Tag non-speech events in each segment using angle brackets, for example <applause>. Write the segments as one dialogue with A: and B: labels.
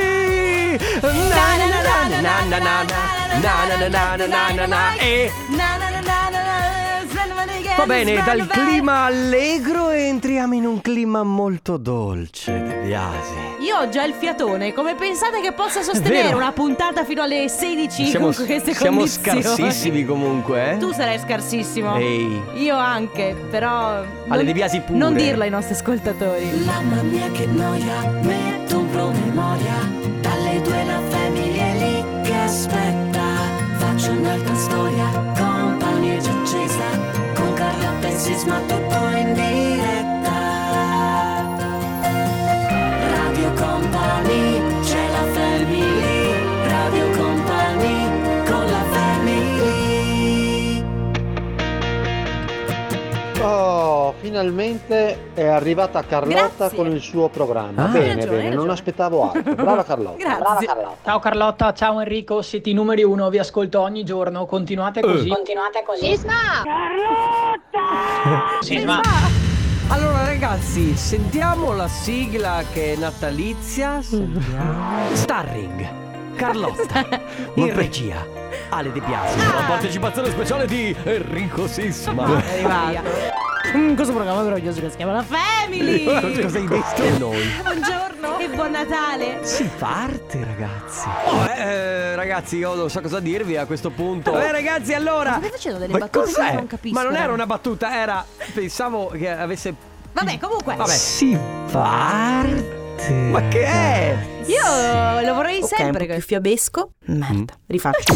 A: Eh, na na na na na na na na na na na e Va bene, dal clima allegro entriamo in un clima molto dolce di Biasi.
B: Io ho già il fiatone, come pensate che possa sostenere
A: Vero.
B: una puntata fino alle 16
A: Siamo,
B: con queste
A: siamo
B: condizioni?
A: scarsissimi comunque, eh?
B: Tu sarai scarsissimo.
A: Ehi.
B: Io anche, però
A: Ale
B: non,
A: De Biasi pure.
B: non dirlo ai nostri ascoltatori.
C: Mamma mia che noia, metto un promemoria Dalle due la famiglia è lì che aspetta Faccio un'altra storia, compagnia già accesa Con Carla e Sisma tutto in diretta Radio Company, c'è la famiglia Radio Company, con la famiglia
D: Oh, finalmente è arrivata Carlotta
B: Grazie.
D: con il suo programma.
A: Ah.
D: bene,
B: Hai ragione, hai
D: bene, non
B: ragione.
D: aspettavo
B: <laughs>
D: altro. Brava Carlotta.
B: Grazie.
D: Brava Carlotta.
E: Ciao Carlotta, ciao Enrico, siete i numeri uno, vi ascolto ogni giorno, continuate così. Sì, ma-
A: Allora ragazzi, sentiamo la sigla che è natalizia. Sentiamo. Starring
B: <laughs>
A: Carlotta in regia Ale De Biasi.
B: Ah!
A: La partecipazione speciale di Enrico
B: <laughs>
A: Sisma.
B: È arrivato. Mm, questo programma meraviglioso che si chiama La Family.
A: Cosa hai detto? Noi.
B: Buongiorno e buon Natale.
A: Si parte ragazzi Oh, eh, eh, ragazzi io non so cosa dirvi a questo punto Eh ragazzi allora
B: Ma stai facendo delle battute che io non capisco,
A: Ma non era
B: eh.
A: una battuta era Pensavo che avesse
B: Vabbè, comunque,
A: Vabbè Si parte Ma che è?
B: io lo vorrei
F: più
B: sempre questo. Mm.
F: fiabesco. Merda. Rifaccio.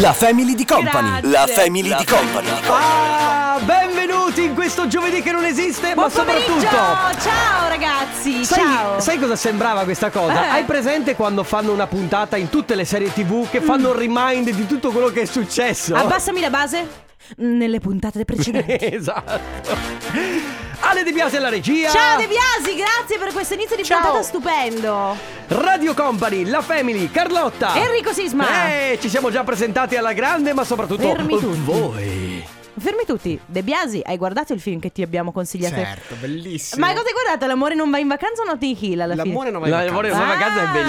G: La Family di Company.
B: Grazie.
G: La Family di Company.
A: Ah benvenuti in questo giovedì che non esiste Ma
B: Buon pomeriggio!
A: soprattutto
B: Ciao ragazzi!
A: Sai,
B: ciao!
A: sai cosa sembrava questa cosa?
B: Eh.
A: Hai presente quando fanno una puntata in tutte le serie tv che
B: Mm.
A: fanno un remind di tutto quello che è successo?
B: Abbassami la base. Nelle puntate precedenti.
A: <laughs> esatto. Ale De Biasi alla regia.
B: Ciao De Biasi, grazie per questo inizio di puntata stupendo.
A: Radio Company, la Family, Carlotta.
B: Enrico Sisma.
A: Eh, ci siamo già presentati alla grande, ma soprattutto <laughs>
B: Fermi tutti.
A: voi.
B: Fermi tutti. De Biasi, hai guardato il film che ti abbiamo consigliato?
H: Certo, bellissimo.
B: Ma cosa hai guardato? L'amore non va in vacanza o Not in Hill alla
H: L'amore
B: fine?
H: non va in
A: La
H: vacanza.
A: Lavoro in una vacanza è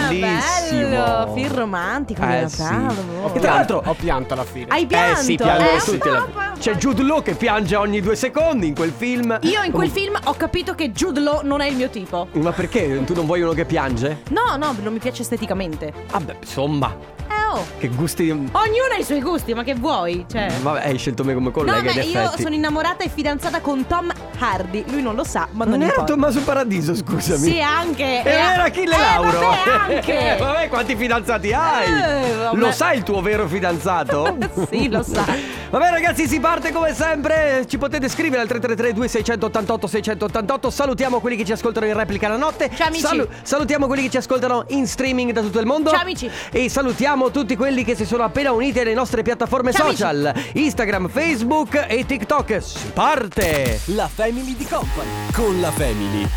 A: bellissimo.
B: Bello, film romantico di
A: Eh,
B: Natale,
A: sì.
B: boh.
H: Ho
A: E tra l'altro-
H: pianto- ho pianto alla fine.
B: Hai pianto?
A: eh sì,
B: Eh,
A: piangono
B: un
A: tutti. Cioè,
B: po',
A: alla-
B: un po', un po'.
A: C'è Jude Law che piange ogni due secondi in quel film.
B: Io in quel film ho capito che Jude Law non è il mio tipo.
A: Oh, Ma perché tu non vuoi uno che piange?
B: No, no, non mi piace esteticamente.
A: Ah beh, insomma,
B: Eh oh.
A: che gusti.
B: Ognuno ha i suoi gusti, ma che vuoi? Cioè.
A: Vabbè, hai scelto me come
B: No,
A: collega.
B: beh,
A: in
B: io
A: effetti.
B: sono innamorata e fidanzata con Tom Hardy. Lui non lo sa, ma non,
A: Non era
B: importa.
A: Tommaso Paradiso, scusami.
B: Sì, anche.
A: E era Achille
B: eh,
A: Lauro.
B: Vabbè, anche.
A: <laughs> Eh, vabbè, quanti fidanzati
B: Eh,
A: hai?
B: vabbè.
A: lo sai il tuo vero fidanzato?
B: <laughs> Sì, lo sa.
A: <laughs> Vabbè ragazzi, si parte come sempre. Ci potete scrivere al 333 2688 688. Salutiamo quelli che ci ascoltano in replica la notte.
B: Ciao, amici.
A: salutiamo quelli che ci ascoltano in streaming da tutto il mondo.
B: Ciao, amici.
A: E salutiamo tutti quelli che si sono appena uniti alle nostre piattaforme
B: Ciao, amici.
A: social, Instagram, Facebook e TikTok. Si parte!
G: La Family di Company. Con la Family.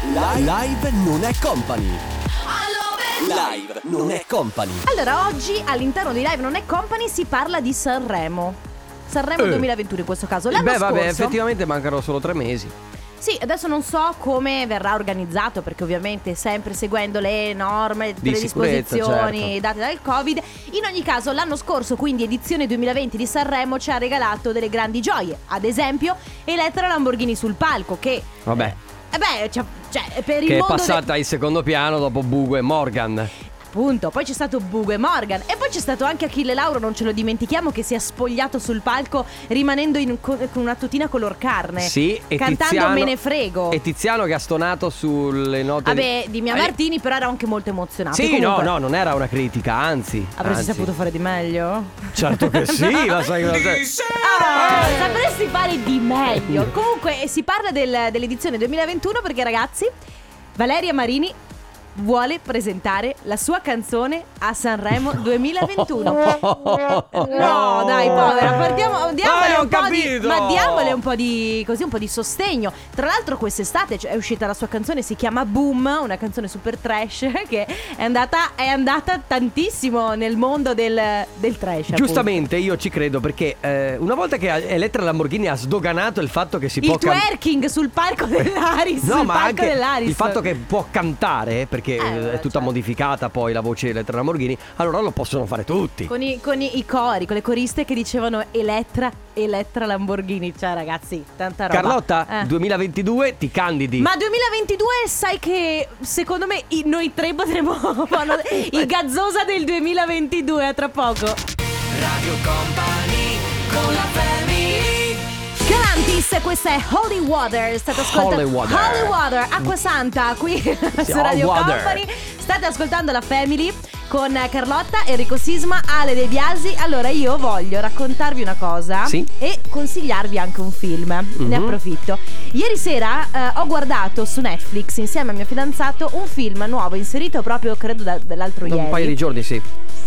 G: Live, non è company. Live non è company.
B: Allora, oggi all'interno di Live Non è Company si parla di Sanremo. Sanremo 2021 in questo caso. L'anno
A: Eh. Beh, vabbè,
B: scorso-
A: effettivamente mancano solo tre mesi.
B: Sì, adesso non so come verrà organizzato perché ovviamente sempre seguendo le norme, tutte
A: Di
B: le
A: sicurezza,
B: disposizioni
A: certo.
B: date dal Covid. In ogni caso l'anno scorso, quindi edizione 2020 di Sanremo ci ha regalato delle grandi gioie. Ad esempio, Elettra Lamborghini sul palco che
A: Vabbè.
B: eh beh, cioè, cioè, per il
A: che è
B: mondo de- Eh,
A: passata in secondo piano dopo Bugo e Morgan.
B: Punto. Poi c'è stato Bugo e Morgan. E poi c'è stato anche Achille Lauro, non ce lo dimentichiamo, che si è spogliato sul palco rimanendo in- co- con una tutina color carne.
A: Sì, e
B: Cantando
A: Tiziano,
B: Me ne frego.
A: E Tiziano che ha stonato sulle note.
B: Vabbè, di Mia
A: Eh,
B: Martini, però era anche molto emozionato.
A: Sì, no,
B: Comunque,
A: no, non era una critica, anzi.
B: Avresti
A: anzi.
B: saputo fare di meglio?
A: Certo che sì, ma sai cosa.
B: Ah, sapresti fare
A: <laughs>
B: di meglio. Comunque, eh, si parla del- dell'edizione 2021 perché, ragazzi, Valeria Marini vuole presentare la sua canzone a
A: <laughs>
B: Sanremo 2021. <laughs> No, dai, povera, partiamo, diamole
A: Ah, ho
B: un po' di,
A: capito!
B: ma diamole un po' di così un po' di sostegno. Tra l'altro quest'estate cioè, è uscita la sua canzone si chiama Boom, una canzone super trash <laughs> che è andata è andata tantissimo nel mondo del, del trash. appunto.
A: Giustamente io ci credo perché eh, una volta che Elettra Lamborghini ha sdoganato il fatto che si
B: Il
A: può cam- <laughs>
B: twerking sul palco dell'Aris,
A: No,
B: sul
A: ma
B: palco
A: anche
B: dell'Aris.
A: il fatto che può cantare, perché perché
B: Eh,
A: eh, è tutta
B: certo.
A: modificata poi la voce di Elettra Lamorghini, allora lo possono fare tutti.
B: Con, i, con i- i cori, con le coriste che dicevano Elettra, Elettra Lamborghini. Cioè, ragazzi, tanta roba.
A: Carlotta,
B: Eh.
A: 2022 ti candidi.
B: Ma 2022 sai che secondo me i- noi tre potremo <laughs>
A: <laughs>
B: fare il gazzosa del 2022 a tra poco. Radio Company con la Galantis, questa è Holy Water, state ascoltando
A: Holy Water.
B: Holy Water, acqua santa qui <laughs> su Radio
A: Holy Water.
B: Company. State ascoltando la Family con Carlotta, Enrico Sisma, Ale De Biasi. Allora io voglio raccontarvi una cosa
A: Sì. Mhm.
B: e consigliarvi anche un film. Ne approfitto. Ieri sera eh, ho guardato su Netflix insieme al mio fidanzato un film nuovo inserito proprio credo da- dall'altro
A: Da
B: ieri.
A: un paio di giorni, sì.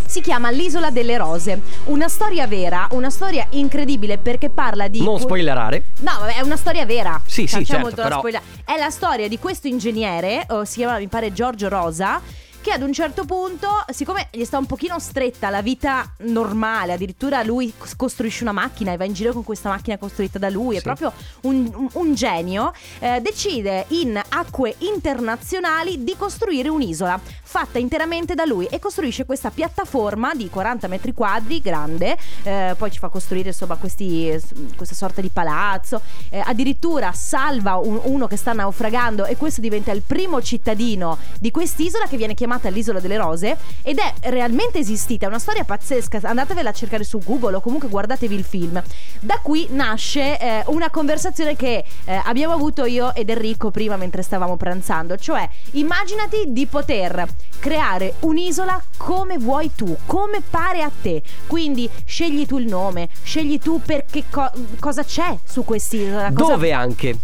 B: Si chiama L'isola delle rose. Una storia vera, una storia incredibile perché parla di
A: Non spoilerare.
B: No, vabbè, è una storia vera.
A: Sì,
B: Cioè,
A: sì,
B: c'è
A: certo,
B: molto da
A: però-
B: spoiler- È la storia di questo ingegnere, oh, si chiama mi pare Giorgio Rosa, che ad un certo punto, siccome gli sta un pochino stretta la vita normale, addirittura lui cos- costruisce una macchina e va in giro con questa macchina costruita da lui, è
A: Sì.
B: proprio un, un- un genio, eh, decide in acque internazionali di costruire un'isola fatta interamente da lui e costruisce questa piattaforma di 40 metri quadri grande, eh, poi ci fa costruire insomma questi, questa sorta di palazzo, eh, addirittura salva un- uno che sta naufragando e questo diventa il primo cittadino di quest'isola che viene chiamata l'isola delle rose ed è realmente esistita, è una storia pazzesca, andatevela a cercare su Google o comunque guardatevi il film. Da qui nasce eh, una conversazione che eh, abbiamo avuto io ed Enrico prima mentre stavamo pranzando, cioè immaginati di poter creare un'isola come vuoi tu, come pare a te. Quindi scegli tu il nome, scegli tu perché co- cosa c'è su quest'isola. cosa-
A: Dove anche?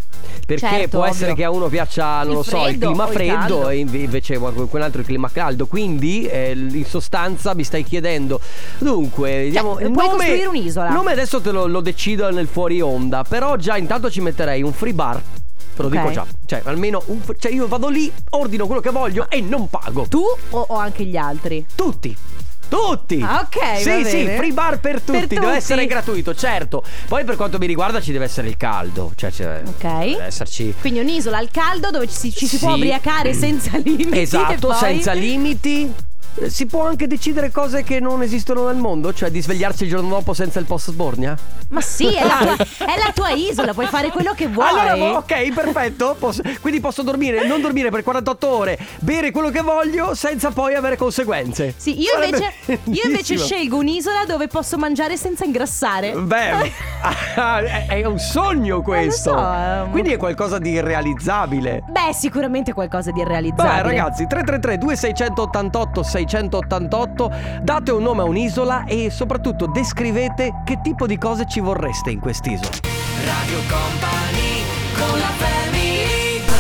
A: Perché
B: Certo,
A: può essere
B: ovvio.
A: che a uno piaccia, non
B: Il
A: lo so, il
B: freddo
A: clima
B: o il
A: freddo
B: caldo.
A: e inve- invece qual- quell'altro il clima caldo. Quindi, eh, l- in sostanza, mi stai chiedendo. Dunque, vediamo.
B: Cioè, puoi costruire un'isola.
A: Nome adesso te lo, lo decido nel fuori onda. Però già intanto ci metterei un free bar. Te lo
B: Ok.
A: dico già. Cioè, almeno un. fr- Cioè, io vado lì, ordino quello che voglio e non pago.
B: Tu o, o anche gli altri?
A: Tutti. Tutti!
B: Ah, ok,
A: Sì,
B: va
A: sì,
B: bene.
A: free bar per tutti.
B: Per
A: Deve
B: tutti.
A: essere gratuito, certo. Poi per quanto mi riguarda ci deve essere il caldo. Cioè, c'è-
B: Ok.
A: deve esserci.
B: Quindi un'isola al caldo dove ci, si- ci si può
A: Sì.
B: ubriacare senza limiti. e
A: Esatto,
B: poi-
A: senza limiti. Eh, Si può anche decidere cose che non esistono nel mondo, cioè di svegliarsi il giorno dopo senza il post sbornia.
B: Ma sì, è la, tua, è la tua isola, puoi fare quello che vuoi.
A: Allora, mo- ok, perfetto. Posso- quindi posso dormire, non dormire per 48 ore, bere quello che voglio senza poi avere conseguenze.
B: Sì, io
A: Sarebbe
B: invece, io invece
A: bellissimo.
B: scelgo un'isola dove posso mangiare senza ingrassare.
A: Beh, è- <laughs> è un sogno questo.
B: so, è un-
A: Quindi Eh, è qualcosa di irrealizzabile.
B: <laughs> Beh, sicuramente qualcosa di
A: Vabbè
B: irrealizzabile.
A: ragazzi, 333 2688 688 date un nome a un'isola e soprattutto descrivete che tipo di cose ci vorreste in quest'isola.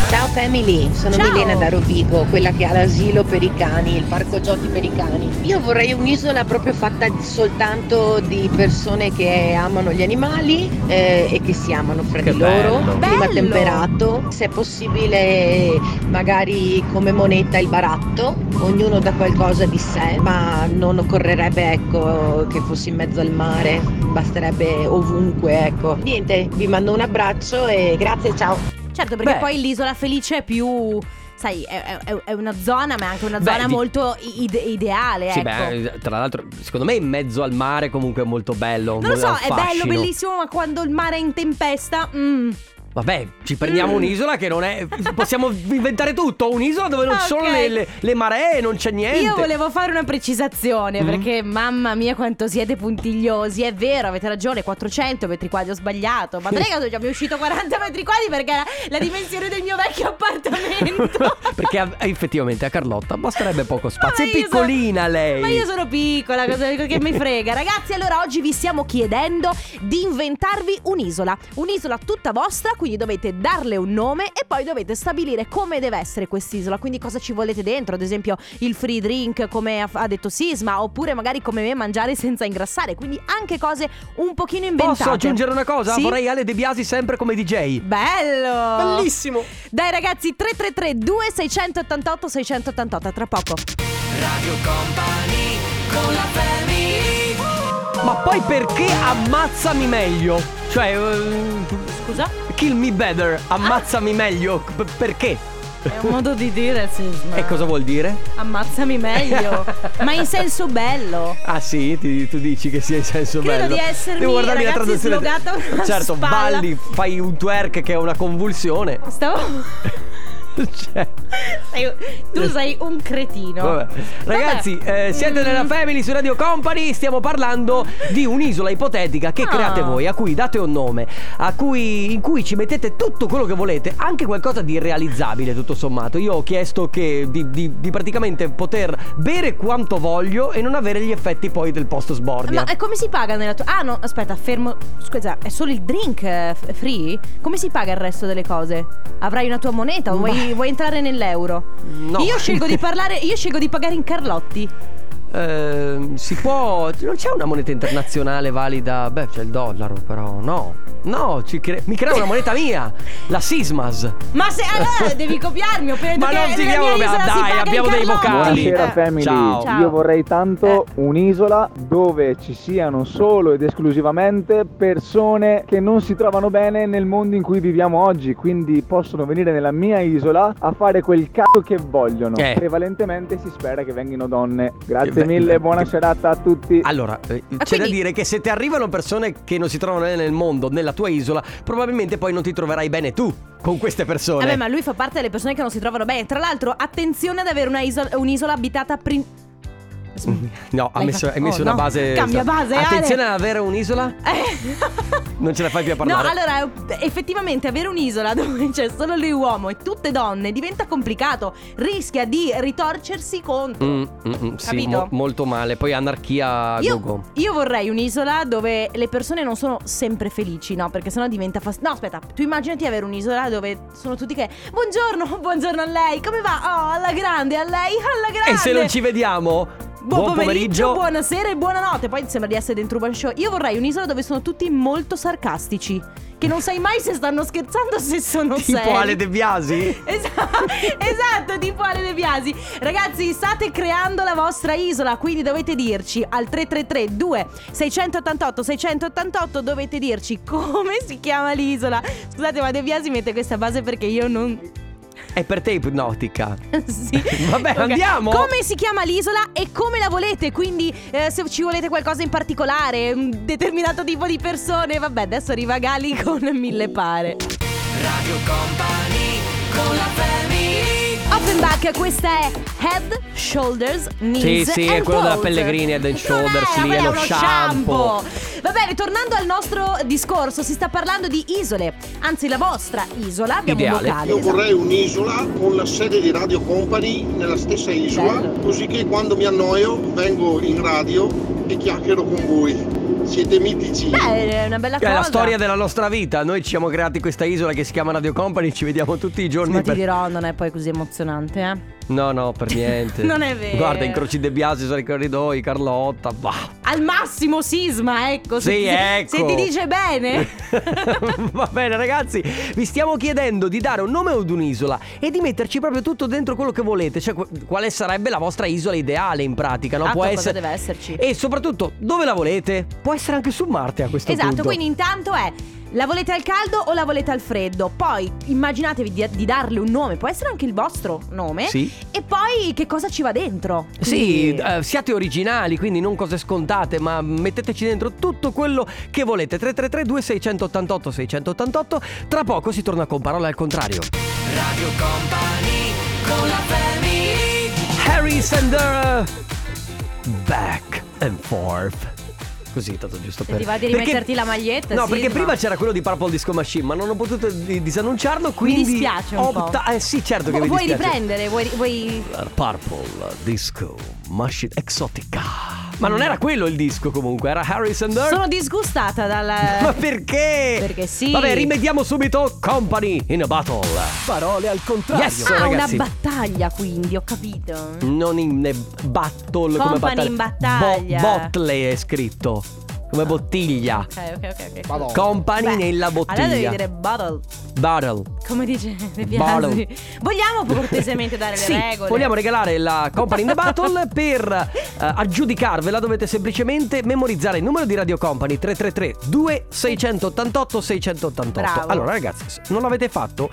I: Ciao family, sono
B: Ciao.
I: Milena da Rovigo, quella che ha l'asilo per i cani, il parco giochi per i cani. Io vorrei un'isola proprio fatta di- soltanto di persone che amano gli animali eh, e che si amano fra
A: Che
I: di loro.
A: bello.
I: Clima
B: Bello.
I: temperato, se è possibile magari come moneta il baratto, ognuno dà qualcosa di sé, ma non occorrerebbe ecco che fossi in mezzo al mare, basterebbe ovunque ecco. Niente, vi mando un abbraccio e grazie, ciao.
B: Certo, perché
A: Beh.
B: poi l'isola felice è più. Sai, è, è- è una zona, ma è anche una
A: Beh,
B: zona
A: di-
B: molto i- ide- ideale.
A: Sì,
B: ecco.
A: beh, tra l'altro, secondo me in mezzo al mare comunque è molto bello.
B: non lo so,
A: ha un
B: è bello,
A: fascino.
B: bellissimo, ma quando il mare è in tempesta. mm.
A: Vabbè, ci prendiamo
B: Mm.
A: un'isola che non è. Possiamo inventare tutto. Un'isola dove
B: <laughs>
A: non ci sono
B: Ok.
A: le, le- le maree, non c'è niente.
B: Io volevo fare una precisazione
A: Mm.
B: perché mamma mia quanto siete puntigliosi, è vero, avete ragione, 400 metri quadri ho sbagliato, ma non è che già mi è uscito 40 metri quadri perché era la dimensione del mio vecchio appartamento.
A: <laughs> Perché a- effettivamente a Carlotta basterebbe poco spazio.
B: Ma
A: è
B: io sono-
A: piccolina lei.
B: Ma io sono piccola, cosa che
A: <laughs>
B: mi frega. Ragazzi, allora oggi vi stiamo chiedendo di inventarvi un'isola. Un'isola tutta vostra, quindi dovete darle un nome e poi dovete stabilire come deve essere quest'isola. Quindi cosa ci volete dentro, ad esempio il free drink, come ha- ha detto Sisma, oppure magari come me mangiare senza ingrassare. Quindi anche cose un pochino inventate.
A: Posso aggiungere una cosa?
B: Sì?
A: Vorrei Ale De Biasi sempre come DJ.
B: Bello!
H: Bellissimo.
B: Dai ragazzi, 333 2688 688, a tra poco.
A: Ma poi perché ammazzami meglio? Cioè, eh,
B: Scusa?
A: kill me better, ammazzami meglio. p- perché?
B: È un modo di dire, Sisma.
A: E cosa vuol dire?
B: Ammazzami meglio. Ma in senso bello.
A: Ah sì, Ti- tu dici che sia in senso
B: Credo
A: bello.
B: di essermi,
A: Devo guardarmi la
B: ragazzi,
A: traduzione.
B: slogata una
A: certo,
B: spalla.
A: balli, fai un twerk che è una
B: <laughs>
A: convulsione.
B: Stavo.
A: Cioè,
B: sei- Tu sei un cretino.
A: vabbè. Ragazzi, eh, siete
B: Mm.
A: nella Family su Radio Company. Stiamo parlando di un'isola ipotetica che
B: Ah.
A: create voi, a cui date un nome, a cui, in cui ci mettete tutto quello che volete, anche qualcosa di irrealizzabile, tutto sommato. Io ho chiesto che di, di- di praticamente poter bere quanto voglio e non avere gli effetti poi del post sbornia.
B: Ma eh, come si paga nella tua. Ah, no, aspetta, fermo. Scusa, è solo il drink eh, f- free? Come si paga il resto delle cose? Avrai una tua moneta? o Vuoi, vuoi entrare nell'euro?
A: No.
B: eh, Io scelgo di parlare. Io scelgo di pagare in Carlotti.
A: <laughs> Ehm, si può. Non c'è una moneta internazionale valida. Beh, c'è il dollaro, però no. No, ci cre- mi crea una moneta mia, la Sismas.
B: Ma se allora devi copiarmi, ho appena detto
A: Ma
B: che
A: non ti
B: nella
A: chiamo
B: mia
A: me-
B: isola si
A: dai,
B: paga in
A: abbiamo dei
B: Carlotti.
A: vocali.
J: Buonasera
B: Eh,
J: family,
A: ciao.
B: Ciao.
J: io vorrei tanto un'isola dove ci siano solo ed esclusivamente persone che non si trovano bene nel mondo in cui viviamo oggi, quindi possono venire nella mia isola a fare quel cazzo che vogliono.
A: Eh.
J: Prevalentemente si spera che vengano donne.
A: Eh, beh,
J: Grazie mille,
A: beh,
J: buona
A: che-
J: serata a tutti.
A: Allora, eh, c'è da
B: Ah, quindi-
A: dire che se ti arrivano persone che non si trovano bene nel mondo, nella tua isola, probabilmente poi non ti troverai bene tu con queste persone.
B: Vabbè, Eh ma lui fa parte delle persone che non si trovano bene. Tra l'altro, attenzione ad avere una isola- un'isola abitata prin-
A: No, ha
B: L'hai
A: messo,
B: fatto-
A: hai messo
B: oh,
A: una
B: no.
A: base.
B: Cambia base, Ale.
A: Attenzione ad avere un'isola. <laughs> Non ce la fai più a parlare.
B: No, allora, effettivamente avere un'isola dove c'è solo lui uomo e tutte donne diventa complicato. Rischia di ritorcersi contro.
A: Mm, mm, mm, sì,
B: Capito?
A: mo- molto male. Poi anarchia a
B: Io,
A: go-go.
B: io vorrei un'isola dove le persone non sono sempre felici, no? Perché sennò diventa fastidio. No, aspetta, tu immaginati avere un'isola dove sono tutti che. Buongiorno, <laughs> buongiorno a lei, come va? Oh, alla grande, a lei, alla grande.
A: E se non ci vediamo,
B: Buon, pomeriggio,
A: pomeriggio.
B: buonasera e buonanotte. Poi sembra di essere dentro un one show. Io vorrei un'isola dove sono tutti molto sarcastici. Che non sai mai se stanno scherzando o se sono seri.
A: tipo Ale De
B: <laughs>
A: Biasi.
B: Esatto, esatto, tipo Ale De Biasi. Ragazzi, state creando la vostra isola, quindi dovete dirci al 333 2 688 688 dovete dirci come si chiama l'isola. Scusate, ma De Biasi mette questa base perché io non
A: È per te ipnotica.
B: <laughs> sì.
A: Vabbè,
B: Ok.
A: andiamo.
B: Come si chiama l'isola e come la volete? Quindi, eh, se ci volete qualcosa in particolare, un determinato tipo di persone, vabbè, adesso arriva Gali con mille pare. Offenbach, questa è Head, Shoulders, Knees
A: Sì, sì, è
B: and
A: quello della
B: Toes.
A: Pellegrini, Head and
B: Non
A: Shoulders,
B: è,
A: lì è
B: quello
A: lo shampoo.
B: Va bene, tornando al nostro discorso, si sta parlando di isole, anzi la vostra isola, abbiamo
A: Ideale.
B: un vocale.
K: Io vorrei un'isola con la sede di Radio Company nella stessa isola, così che quando mi annoio vengo in radio e chiacchiero con voi. Siete mitici.
B: Beh, è una bella
A: È
B: cosa.
A: la storia della nostra vita. Noi ci siamo creati questa isola che si chiama Radio Company. Ci vediamo tutti i giorni.
B: Ma ti
A: per-
B: dirò, non è poi così emozionante, eh.
A: No, no, per niente.
B: <laughs> Non è vero.
A: Guarda, incroci De Biasi sono i corridoi, Carlotta. Bah.
B: Al massimo sisma, ecco. se
A: Sì,
B: ti-
A: ecco.
B: Se ti
A: <laughs>
B: dice bene.
A: Va bene, ragazzi. Vi stiamo chiedendo di dare un nome ad un'isola e di metterci proprio tutto dentro quello che volete. Cioè, qu- quale sarebbe la vostra isola ideale in pratica? No?
B: Ah,
A: Può
B: cosa
A: essere. Eh,
B: deve esserci?
A: E soprattutto, dove la volete? Può essere anche su Marte a questo
B: esatto,
A: punto.
B: quindi intanto è la volete al caldo o la volete al freddo? Poi immaginatevi di, di darle un nome, può essere anche il vostro nome.
A: Sì.
B: E poi che cosa ci va dentro?
A: Sì,
B: Quindi-
A: eh, siate originali, quindi non cose scontate, ma metteteci dentro tutto quello che volete. 333 2688 688. Tra poco si torna con parole al contrario. Radio Company con la Harry Sander back and forth. Così, tanto giusto per
B: ti va di
A: perché-
B: rimetterti la maglietta,
A: No,
B: sì,
A: perché
B: ma-
A: prima c'era quello di Purple Disco Machine, ma non ho potuto di- disannunciarlo,
B: mi
A: quindi
B: dispiace un
A: opta-
B: po'.
A: Eh sì, certo che
B: Vu-
A: mi
B: Vuoi
A: dispiace.
B: riprendere? Vuoi, vuoi...
A: Purple Disco Machine Exotica. Ma non era quello il disco comunque, era Harrison Dirt.
B: Sono disgustata
A: Ma
B: dal.
A: perché?
B: eh, Perché sì.
A: Vabbè, rimediamo subito Company in a Battle.
G: Parole al contrario.
A: <laughs> Yes.
B: ah,
A: ragazzi.
B: una battaglia, quindi, ho capito.
A: Non in eh, battle come battaglia.
B: Company in battaglia.
A: Bo- bottle è scritto. Come bottiglia.
B: Ok, ok, ok. ok.
H: Madonna.
A: Company
B: Beh,
A: nella bottiglia.
B: Allora devi dire bottle.
A: Battle.
B: Come dice <laughs> De
A: Bottle.
B: Biasi. Vogliamo cortesemente dare
A: sì,
B: le regole?
A: Vogliamo regalare la Company in the
B: <laughs>
A: Battle per eh, aggiudicarvela dovete semplicemente memorizzare il numero di Radio Company 333 2688 688.
B: Bravo.
A: Allora ragazzi, se non l'avete fatto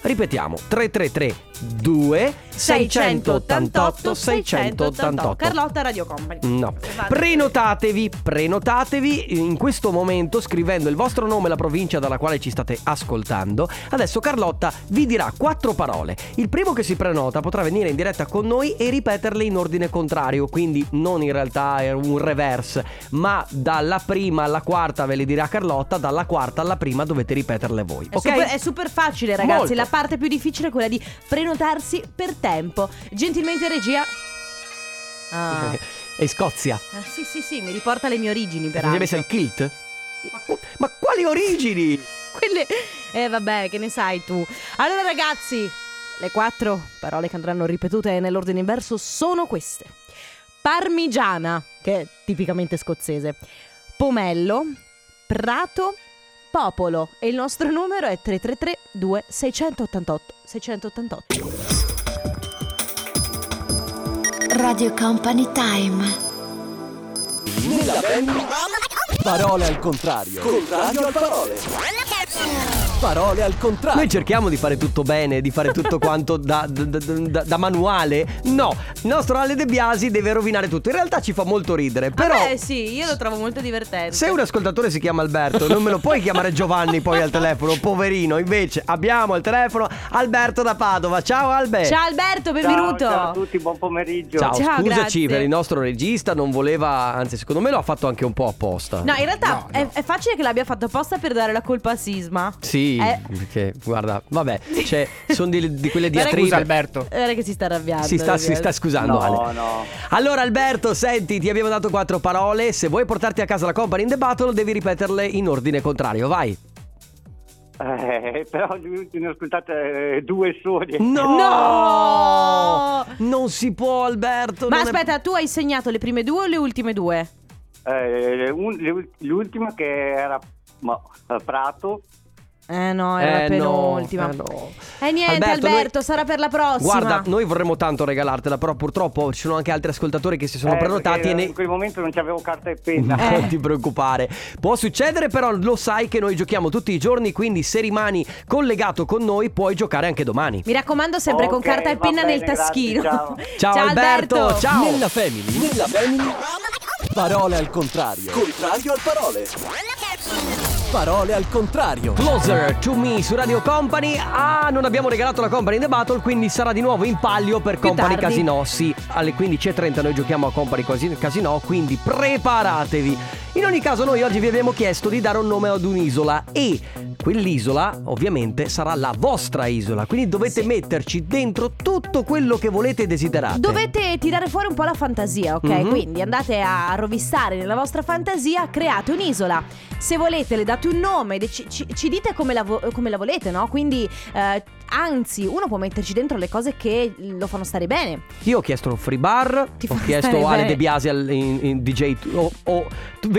A: Ripetiamo, 333 2 688 688.
B: Carlotta Radio Company.
A: No. Prenotatevi, prenotatevi in questo momento scrivendo il vostro nome e la provincia dalla quale ci state ascoltando. Adesso Carlotta vi dirà quattro parole. Il primo che si prenota potrà venire in diretta con noi e ripeterle in ordine contrario, quindi non in realtà è un reverse, ma dalla prima alla quarta ve le dirà Carlotta, dalla quarta alla prima dovete ripeterle voi.
B: È,
A: Ok?
B: super, è
A: <laughs>
B: super facile,
A: Molto.
B: ragazzi. La parte più difficile è quella di prenotarsi per tempo. Gentilmente, regia.
A: <laughs>
B: Ah.
A: E Scozia.
B: Ah, sì, sì, sì, mi riporta alle mie origini,
A: Ti sei
B: peraltro.
A: messa il kilt? Ma quali origini?
B: <laughs> Quelle. Eh, vabbè, che ne sai tu. Allora, ragazzi, le quattro parole che andranno ripetute nell'ordine inverso sono queste: parmigiana, che è tipicamente scozzese, pomello, prato, popolo. E il nostro numero è 333-2688-688.
C: Radio Company Time.
G: Nella family. Parole al contrario. Contrario al parole. Parole al contrario.
A: Noi cerchiamo di fare tutto bene, di
G: <laughs>
A: fare tutto quanto da, da- da- da- da manuale. No, il nostro Ale De Biasi deve rovinare tutto. In realtà ci fa molto ridere, però.
B: Beh, sì, io lo trovo molto divertente.
A: Se un ascoltatore si chiama Alberto, non me lo puoi chiamare Giovanni poi al telefono, poverino. Invece abbiamo al telefono Alberto da Padova. Ciao Albe.
B: Ciao Alberto, benvenuto.
L: Ciao a tutti, buon pomeriggio.
A: Ciao, scusaci
B: grazie.
A: per il nostro regista, non voleva, anzi secondo me lo ha fatto anche un po' apposta.
B: No, in realtà È, è facile che l'abbia fatto apposta per dare la colpa a Sisma.
A: Sì,
B: Eh.
A: perché guarda, vabbè, cioè, sono di, di quelle
B: Guarda che- cioè.
A: diatribe.
B: Guarda che si sta arrabbiando.
A: Si sta, si
B: ragazzi.
A: sta scusando
L: No,
A: Ale.
L: no.
A: Allora Alberto, senti, ti abbiamo dato quattro parole. Se vuoi portarti a casa la company in the battle, devi ripeterle in ordine contrario, vai.
L: Eh, <laughs> però ne ho ascoltate eh, due sole.
A: No!
B: No!
A: Non si può Alberto.
B: Ma
A: non è-
B: aspetta, tu hai segnato le prime due o le ultime due?
L: Eh, un- l'ul- l'ultima che era ma, eh, Prato.
B: Eh no, era la
A: Eh, no,
B: penultima.
A: eh, no.
B: Eh niente Alberto,
A: Alberto, noi-
B: sarà per la prossima.
A: Guarda, noi vorremmo tanto regalartela, però purtroppo ci sono anche altri ascoltatori che si sono
L: Eh,
A: prenotati
L: perché
A: e
L: In
A: ne... Mm.
L: quel momento non c'avevo carta e penna.
A: Non ti preoccupare, può succedere però lo sai che noi giochiamo tutti i giorni, quindi se rimani collegato con noi puoi giocare anche domani.
B: Mi raccomando sempre con
L: Ok,
B: carta e
L: va
B: penna nel
L: bene, grazie,
B: taschino.
L: ciao.
A: Ciao, Alberto, ciao.
G: Nella family. Nella family. Parole al contrario. Contrario al parole. Parole al contrario.
A: Closer to me su Radio Company. Ah, non abbiamo regalato la Company in the Battle, quindi sarà di nuovo in palio per Company
B: tardi.
A: Casino. Sì, alle 15.30 noi giochiamo a Company Casi- Casino, quindi preparatevi. In ogni caso, noi oggi vi abbiamo chiesto di dare un nome ad un'isola e quell'isola ovviamente sarà la vostra isola, quindi dovete metterci dentro tutto quello che volete e desiderate.
B: Dovete tirare fuori un po' la fantasia, ok?
A: Mhm.
B: Quindi andate a rovistare nella vostra fantasia, create un'isola. Se volete le date un nome, dec- ci, ci dite come la, vo- come la volete, no? Quindi, eh, anzi, uno può metterci dentro le cose che lo fanno stare bene.
A: Io ho chiesto un free bar,
B: Ti
A: ho
B: fa stare
A: chiesto Ale
B: bene.
A: De Biasi al, in, in DJ t- o o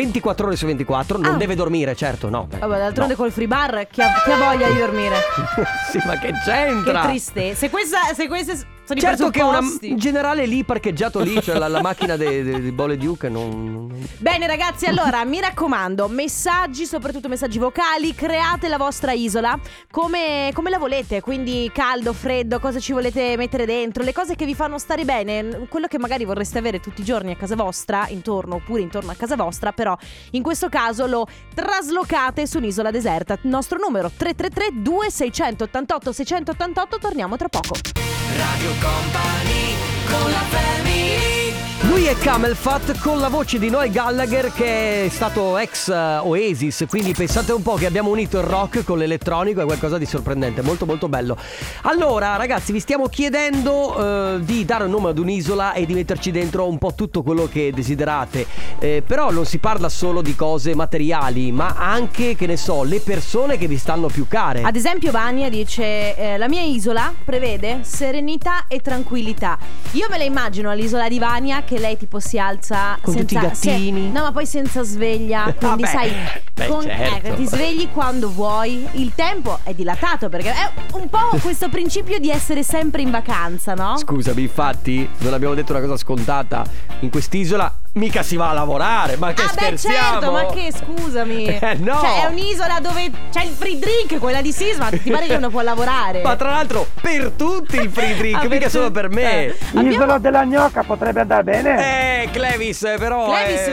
A: 24 ore su 24, non
B: Ah.
A: deve dormire, certo, no.
B: Vabbè, d'altronde col free bar chi ha, chi ha voglia di dormire?
A: <laughs> sì, ma che
B: Che
A: c'entra?
B: triste. Se, questa, se queste s- sono
A: Certo
B: i
A: che una,
B: presupposti.
A: in generale lì parcheggiato lì, cioè la, la macchina de- de- di Bole Duke non... non-
B: Bene ragazzi, allora mi raccomando, messaggi, soprattutto messaggi vocali, create la vostra isola come, come la volete, quindi caldo, freddo, cosa ci volete mettere dentro, le cose che vi fanno stare bene, quello che magari vorreste avere tutti i giorni a casa vostra, intorno oppure intorno a casa vostra, però in questo caso lo traslocate su un'isola deserta. Il nostro numero 333 2688 688, torniamo tra poco.
A: Lui è Camel Fat con la voce di Noel Gallagher che è stato ex eh, Oasis, quindi pensate un po' che abbiamo unito il rock con l'elettronico, è qualcosa di sorprendente, molto molto bello. Allora ragazzi vi stiamo chiedendo eh, di dare un nome ad un'isola e di metterci dentro un po' tutto quello che desiderate, Eh, però non si parla solo di cose materiali, ma anche, che ne so, le persone che vi stanno più care.
B: Ad esempio Vania dice eh, La mia isola prevede serenità e tranquillità Io me la immagino all'isola di Vania Che lei tipo si alza
A: Con
B: senza,
A: tutti i
B: se-
A: gattini.
B: no, ma poi
A: <laughs>
B: senza sveglia. Quindi,
A: Vabbè.
B: sai,
A: Beh,
B: con-
A: certo.
B: ecco, ti svegli quando vuoi. Il tempo è dilatato perché è un po' questo principio di essere sempre in vacanza, no?
A: Scusami, infatti, non abbiamo detto una cosa scontata. In quest'isola mica si va a lavorare, ma che
B: ah, beh,
A: scherziamo?
B: certo, ma che scusami.
A: Eh, no.
B: Cioè, è un'isola dove c'è il free drink, quella di
A: <laughs>
B: Sisma. Ti pare che uno può lavorare?
A: Ma tra l'altro, per tutti il free drink,
B: <laughs> Ah, certo. per
A: mica solo
B: tutti.
A: per me.
M: L'isola della gnocca potrebbe andare bene.
A: Eh, Clevis, eh, però.
B: Clevis,
A: eh.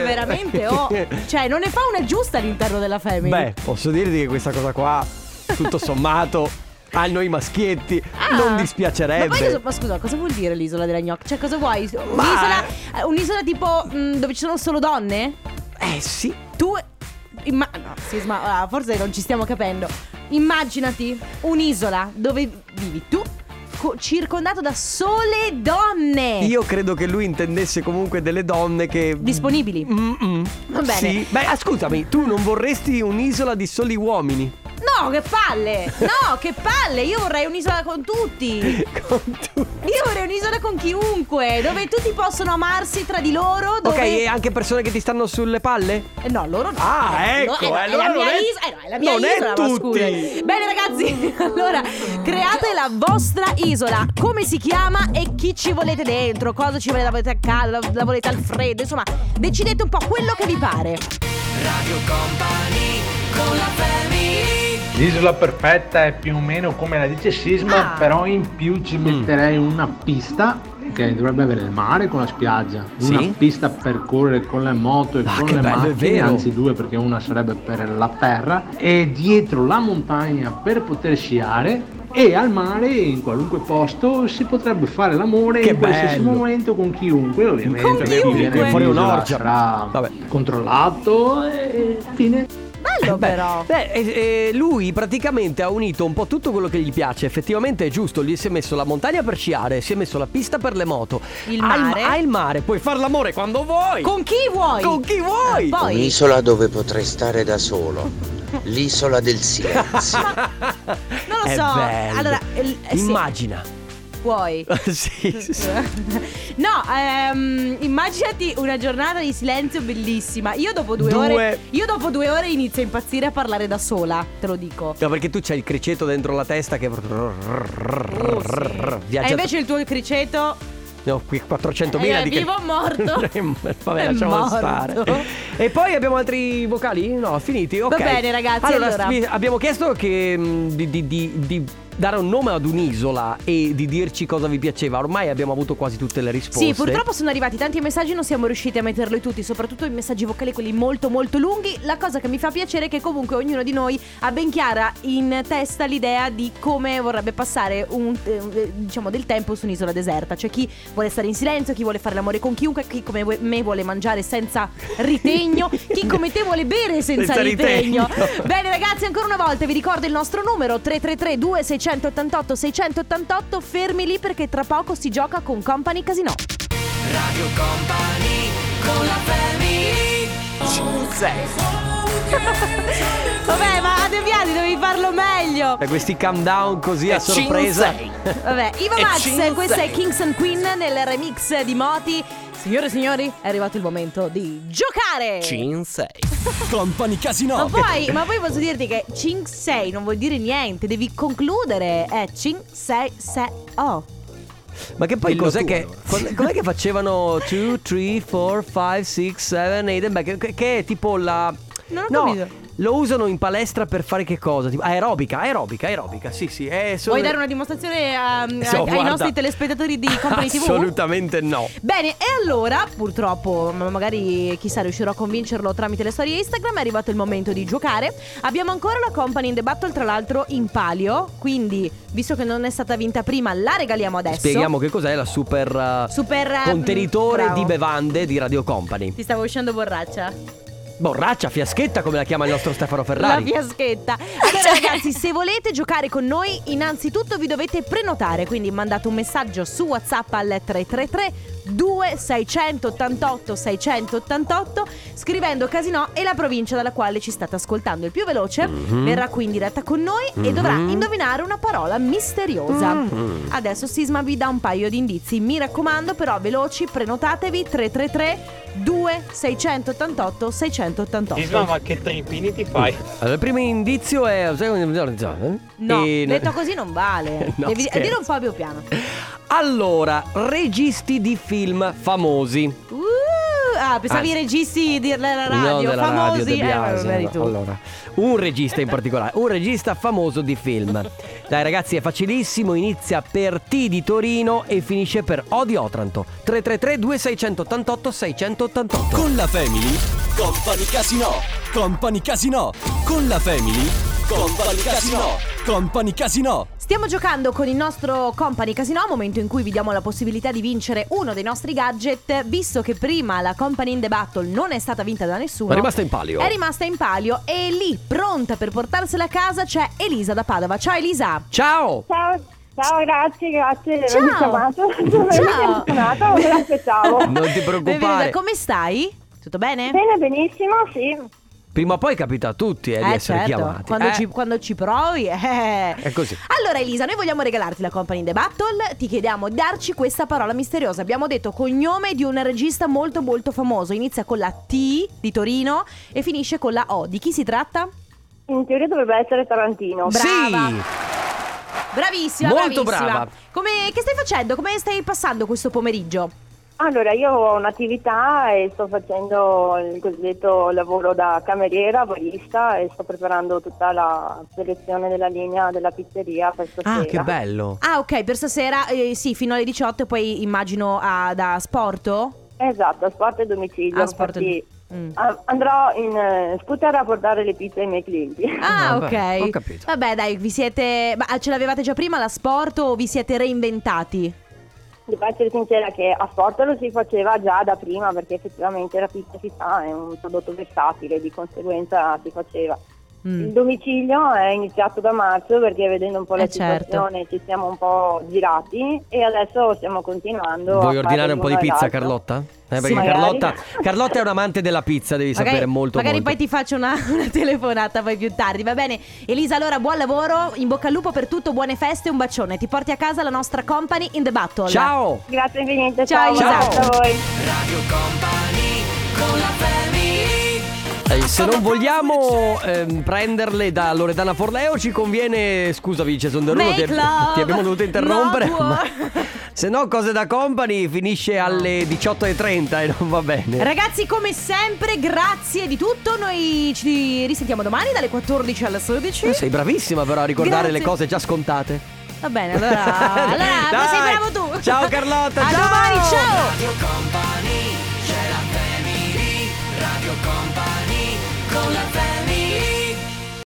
A: <laughs>
B: veramente, oh. Cioè, non ne fa una giusta all'interno della family.
A: Beh, posso dirti che questa cosa qua, tutto sommato, a noi maschietti non
B: Ah. Ma poi cosa,
A: dispiacerebbe.
B: ma scusa, cosa vuol dire l'isola della gnocca? Cioè, cosa vuoi? Un'isola, eh, un'isola tipo mh, dove ci sono solo donne?
A: Eh sì.
B: Tu. imma- no, Sisma, ah, forse non ci stiamo capendo. Immaginati un'isola dove vivi tu, co- circondato da sole donne.
A: Io credo che lui intendesse comunque delle donne che.
B: Disponibili.
A: Mm.
B: Va bene.
A: Sì. Beh, ah, scusami, tu non vorresti un'isola di soli uomini? <laughs>
B: No, che palle! No, che palle! Io vorrei un'isola con tutti!
A: <laughs> Con
B: tutti! Io vorrei un'isola con chiunque, dove tutti possono amarsi tra di loro, dove...
A: Ok, e anche persone che ti stanno sulle palle?
B: Eh, No, loro no.
A: Ah,
B: Eh, no,
A: ecco,
B: eh, no,
A: allora
B: è la
A: non
B: mia
A: è-
B: isola. Eh, no, è la mia
A: non è
B: isola, ma
A: tutti.
B: scusi. Bene, ragazzi, <laughs> allora create la vostra isola. Come si chiama e chi ci volete dentro? Cosa ci volete? La volete a caldo, la- la volete al freddo? Insomma, decidete un po' quello che vi pare.
C: Radio Company con la family
N: L'isola perfetta è più o meno come la dice Sisma, però in più
A: Mm.
N: ci metterei una pista che dovrebbe avere il mare con la spiaggia,
A: Sì. Ah,
N: una pista per correre con le moto e con
A: che
N: le
A: bello, è
N: macchine,
A: vero.
N: anzi due perché una sarebbe per la terra e dietro la montagna per poter sciare e al mare in qualunque posto si potrebbe fare l'amore
A: Che
N: in qualsiasi
A: bello.
N: momento con chiunque, ovviamente
A: Con
N: perché chi
A: chiunque.
N: viene
A: Fuori
N: in isola
A: un'orgia.
N: sarà controllato e fine.
B: Bello però.
A: Beh, eh, eh, lui praticamente ha unito un po' tutto quello che gli piace. Effettivamente è giusto. Gli si è messo la montagna per sciare, si è messo la pista per le moto.
B: Il
A: Ha
B: mare.
A: ha il mare, puoi far l'amore quando vuoi.
B: Con chi vuoi?
A: Con chi vuoi?
B: Eh, poi?
O: Un'isola dove potrei stare da solo. L'isola del silenzio.
A: <laughs>
B: Non lo
O: È
B: so.
O: bello.
B: Allora, il- eh, sì,
A: Immagina. <laughs>
B: Vuoi?
A: sì, sì, sì.
B: No, ehm, immaginati una giornata di silenzio bellissima. Io dopo due,
A: Due.
B: ore. Io dopo due ore inizio a impazzire a parlare da sola, te lo dico.
A: No, perché tu c'hai il criceto dentro la testa che.
B: E
A: Viaggia.
B: Oh, invece il tuo criceto.
A: No, qui 400.000
B: Eh,
A: di Eh,
B: vivo o morto?
A: <laughs> Vabbè,
B: È
A: lasciamo
B: morto.
A: stare. E poi abbiamo altri vocali? No, finiti. Ok.
B: bene, ragazzi, allora.
A: vi- abbiamo chiesto che, mh, di, di- di- di dare un nome ad un'isola e di dirci cosa vi piaceva. Ormai abbiamo avuto quasi tutte le risposte.
B: Sì, purtroppo sono arrivati tanti messaggi, non siamo riusciti a metterli tutti, soprattutto i messaggi vocali, quelli molto molto lunghi. La cosa che mi fa piacere è che comunque ognuno di noi ha ben chiara in testa l'idea di come vorrebbe passare un, eh, diciamo, del tempo su un'isola deserta. Cioè chi vuole stare in silenzio, chi vuole fare l'amore con chiunque, chi come vu- me vuole mangiare senza ritegno, chi come te vuole bere senza,
C: Senza ritegno.
B: <laughs> Bene ragazzi, ancora una volta vi ricordo il nostro numero 333 2688 688. Fermi lì perché tra poco si gioca con Company Casino.
C: Radio Company con la family
B: <laughs> Vabbè, ma a Deviati dovevi farlo meglio.
A: Da questi calm down così a
B: E
A: sorpresa.
B: Vabbè, Iva
A: E
B: Max,
A: cinque.
B: questo è Kings and Queen nel remix di Moti. Signore e signori, è arrivato il momento di giocare.
G: 5-6 Company Casino
B: Ma poi, ma poi posso dirti che 5-6 non vuol dire niente, devi concludere. È 5-6-6-0.
A: Ma che poi
G: Dillo
A: cos'è
G: tu,
A: che.
G: allora.
A: cos- com'è che facevano 2, 3, 4, 5, 6, 7, 8? Beh, che, che- che è tipo la.
B: Non ho
A: no,
B: capito.
A: Lo usano in palestra per fare che cosa? Tipo aerobica, aerobica, aerobica. Sì, sì. È solo...
B: Vuoi dare
A: <laughs>
B: una dimostrazione a- a-
A: So,
B: ai
A: guarda.
B: nostri telespettatori di Company TV?
A: Assolutamente no.
B: Bene, e allora, purtroppo, ma magari chissà riuscirò a convincerlo tramite le storie Instagram, è arrivato il momento di giocare. Abbiamo ancora la company in the battle, tra l'altro, in palio, quindi, visto che non è stata vinta prima, la regaliamo adesso.
A: Spieghiamo che cos'è la super, eh,
B: Super, eh,
A: contenitore
B: bravo.
A: di bevande di Radio Company.
B: Ti stavo uscendo borraccia.
A: Borraccia, fiaschetta, come la chiama il nostro Stefano
B: La
A: Ferrari.
B: fiaschetta.
P: <laughs>
B: Allora, ragazzi, se volete giocare con noi, innanzitutto vi dovete prenotare. Quindi mandate un messaggio su WhatsApp al 333 2688 688 scrivendo Casinò e la provincia dalla quale ci state ascoltando. Il più veloce
P: Mhm.
B: verrà qui in diretta con noi e
P: Mhm.
B: dovrà indovinare una parola misteriosa.
P: Mhm.
B: Adesso Sisma vi dà un paio di indizi. Mi raccomando, però, veloci, prenotatevi 333 2688 688.
A: che tempini ti fai? Allora, il primo indizio è.
B: No,
A: No,
B: detto così non vale.
A: <laughs> No,
B: Devi
A: scherzo.
B: dire un po' più piano.
A: Allora, registi di film famosi.
B: Uh, ah, pensavi
A: Ah.
B: i registi di- della radio,
A: no, della radio, De
B: famosi.
A: Biasi.
B: eh, vabbè, eri tu.
A: allora, un regista in particolare, un regista famoso di film. Dai ragazzi, è facilissimo, inizia per T di Torino e finisce per O di Otranto. 333 2688 688.
G: Con la Family, Company Casino. Company Casino. Con la Family, Company Casino. Company Casino.
B: Stiamo giocando con il nostro Company Casino, momento in cui vi diamo la possibilità di vincere uno dei nostri gadget, visto che prima la Company in the Battle non è stata vinta da nessuno.
A: È rimasta in palio.
B: È rimasta in palio e lì, pronta per portarsela a casa, c'è Elisa da Padova. Ciao Elisa!
A: Ciao!
Q: Ciao, ciao, grazie, grazie per avermi
B: Ciao.
Q: chiamato.
B: Ciao.
Q: Ciao! Non me l'aspettavo.
A: <laughs> Non ti
B: Benvenuta,
A: preoccupare.
B: come stai? Tutto bene?
Q: Bene, benissimo, sì.
A: Prima o poi capita a tutti eh, di essere chiamati.
B: certo, Quando,
A: eh.
B: ci, quando ci provi, eh.
A: È così.
B: Allora Elisa, noi vogliamo regalarti la Company in the Battle, ti chiediamo di darci questa parola misteriosa. Abbiamo detto cognome di un regista molto molto famoso, inizia con la T di Torino e finisce con la O. Di chi si tratta?
Q: In teoria dovrebbe essere Tarantino.
B: Brava.
A: Sì.
B: Bravissima,
Q: Molto
B: bravissima.
Q: brava.
B: Come, che stai facendo? Come stai passando questo pomeriggio?
Q: Allora, io ho un'attività e sto facendo il cosiddetto lavoro da cameriera, barista e sto preparando tutta la selezione della linea della pizzeria per stasera.
A: Ah, che bello.
B: Ah, ok, per stasera, eh, sì, fino alle 18 poi immagino a- da Sporto?
Q: Esatto, a sport e domicilio.
B: Ah, sport e-
Q: infatti,
B: Mm.
Q: a- Andrò in eh, scooter a portare le pizze ai miei clienti. <laughs>
B: Ah, ok.
Q: ok.
A: ho capito.
B: Vabbè, dai, vi siete. Ma ah, ce l'avevate già prima la sport o vi siete reinventati?
Q: Devo essere sincera che a Sporto lo si faceva già da prima perché effettivamente la pizza si sa è un prodotto versatile, di conseguenza si faceva.
B: Mm.
Q: Il domicilio è iniziato da marzo perché vedendo un po' la
B: Eh, certo.
Q: situazione ci siamo un po' girati e adesso stiamo continuando. a
A: Vuoi
Q: fare
A: ordinare un po' di
Q: l'uno e
A: pizza,
Q: l'altro.
A: Carlotta? Eh,
Q: Sì.
A: perché
Q: Magari.
A: Carlotta,
B: <laughs>
A: Carlotta è un amante della pizza, devi sapere molto
B: magari
A: molto.
B: poi ti faccio una, <laughs> una telefonata poi più tardi, va bene? Elisa, allora buon lavoro, in bocca al lupo per tutto, buone feste, un bacione. Ti porti a casa la nostra company in the battle.
A: Ciao!
Q: Grazie infinite,
B: Ciao,
Q: ciao,
B: Elisa.
Q: ciao a voi.
A: Eh, se non vogliamo ehm, prenderle da Loredana Forleo, ci conviene. Scusavi, Jason Derulo, ti,
B: Make love,
A: ti abbiamo dovuto interrompere.
B: love war.
A: <laughs> se no, cose da company finisce alle 18.30 e non va bene.
B: Ragazzi, come sempre, grazie di tutto. Noi ci risentiamo domani dalle 14 alle 16.
A: Eh, sei bravissima, però, a ricordare
B: Grazie.
A: le cose già scontate.
B: Va bene,
A: <laughs>
B: allora, allora
A: Dai.
B: sei bravo tu.
A: Ciao, Carlotta,
B: A
A: ciao.
B: domani, ciao.
C: Radio Company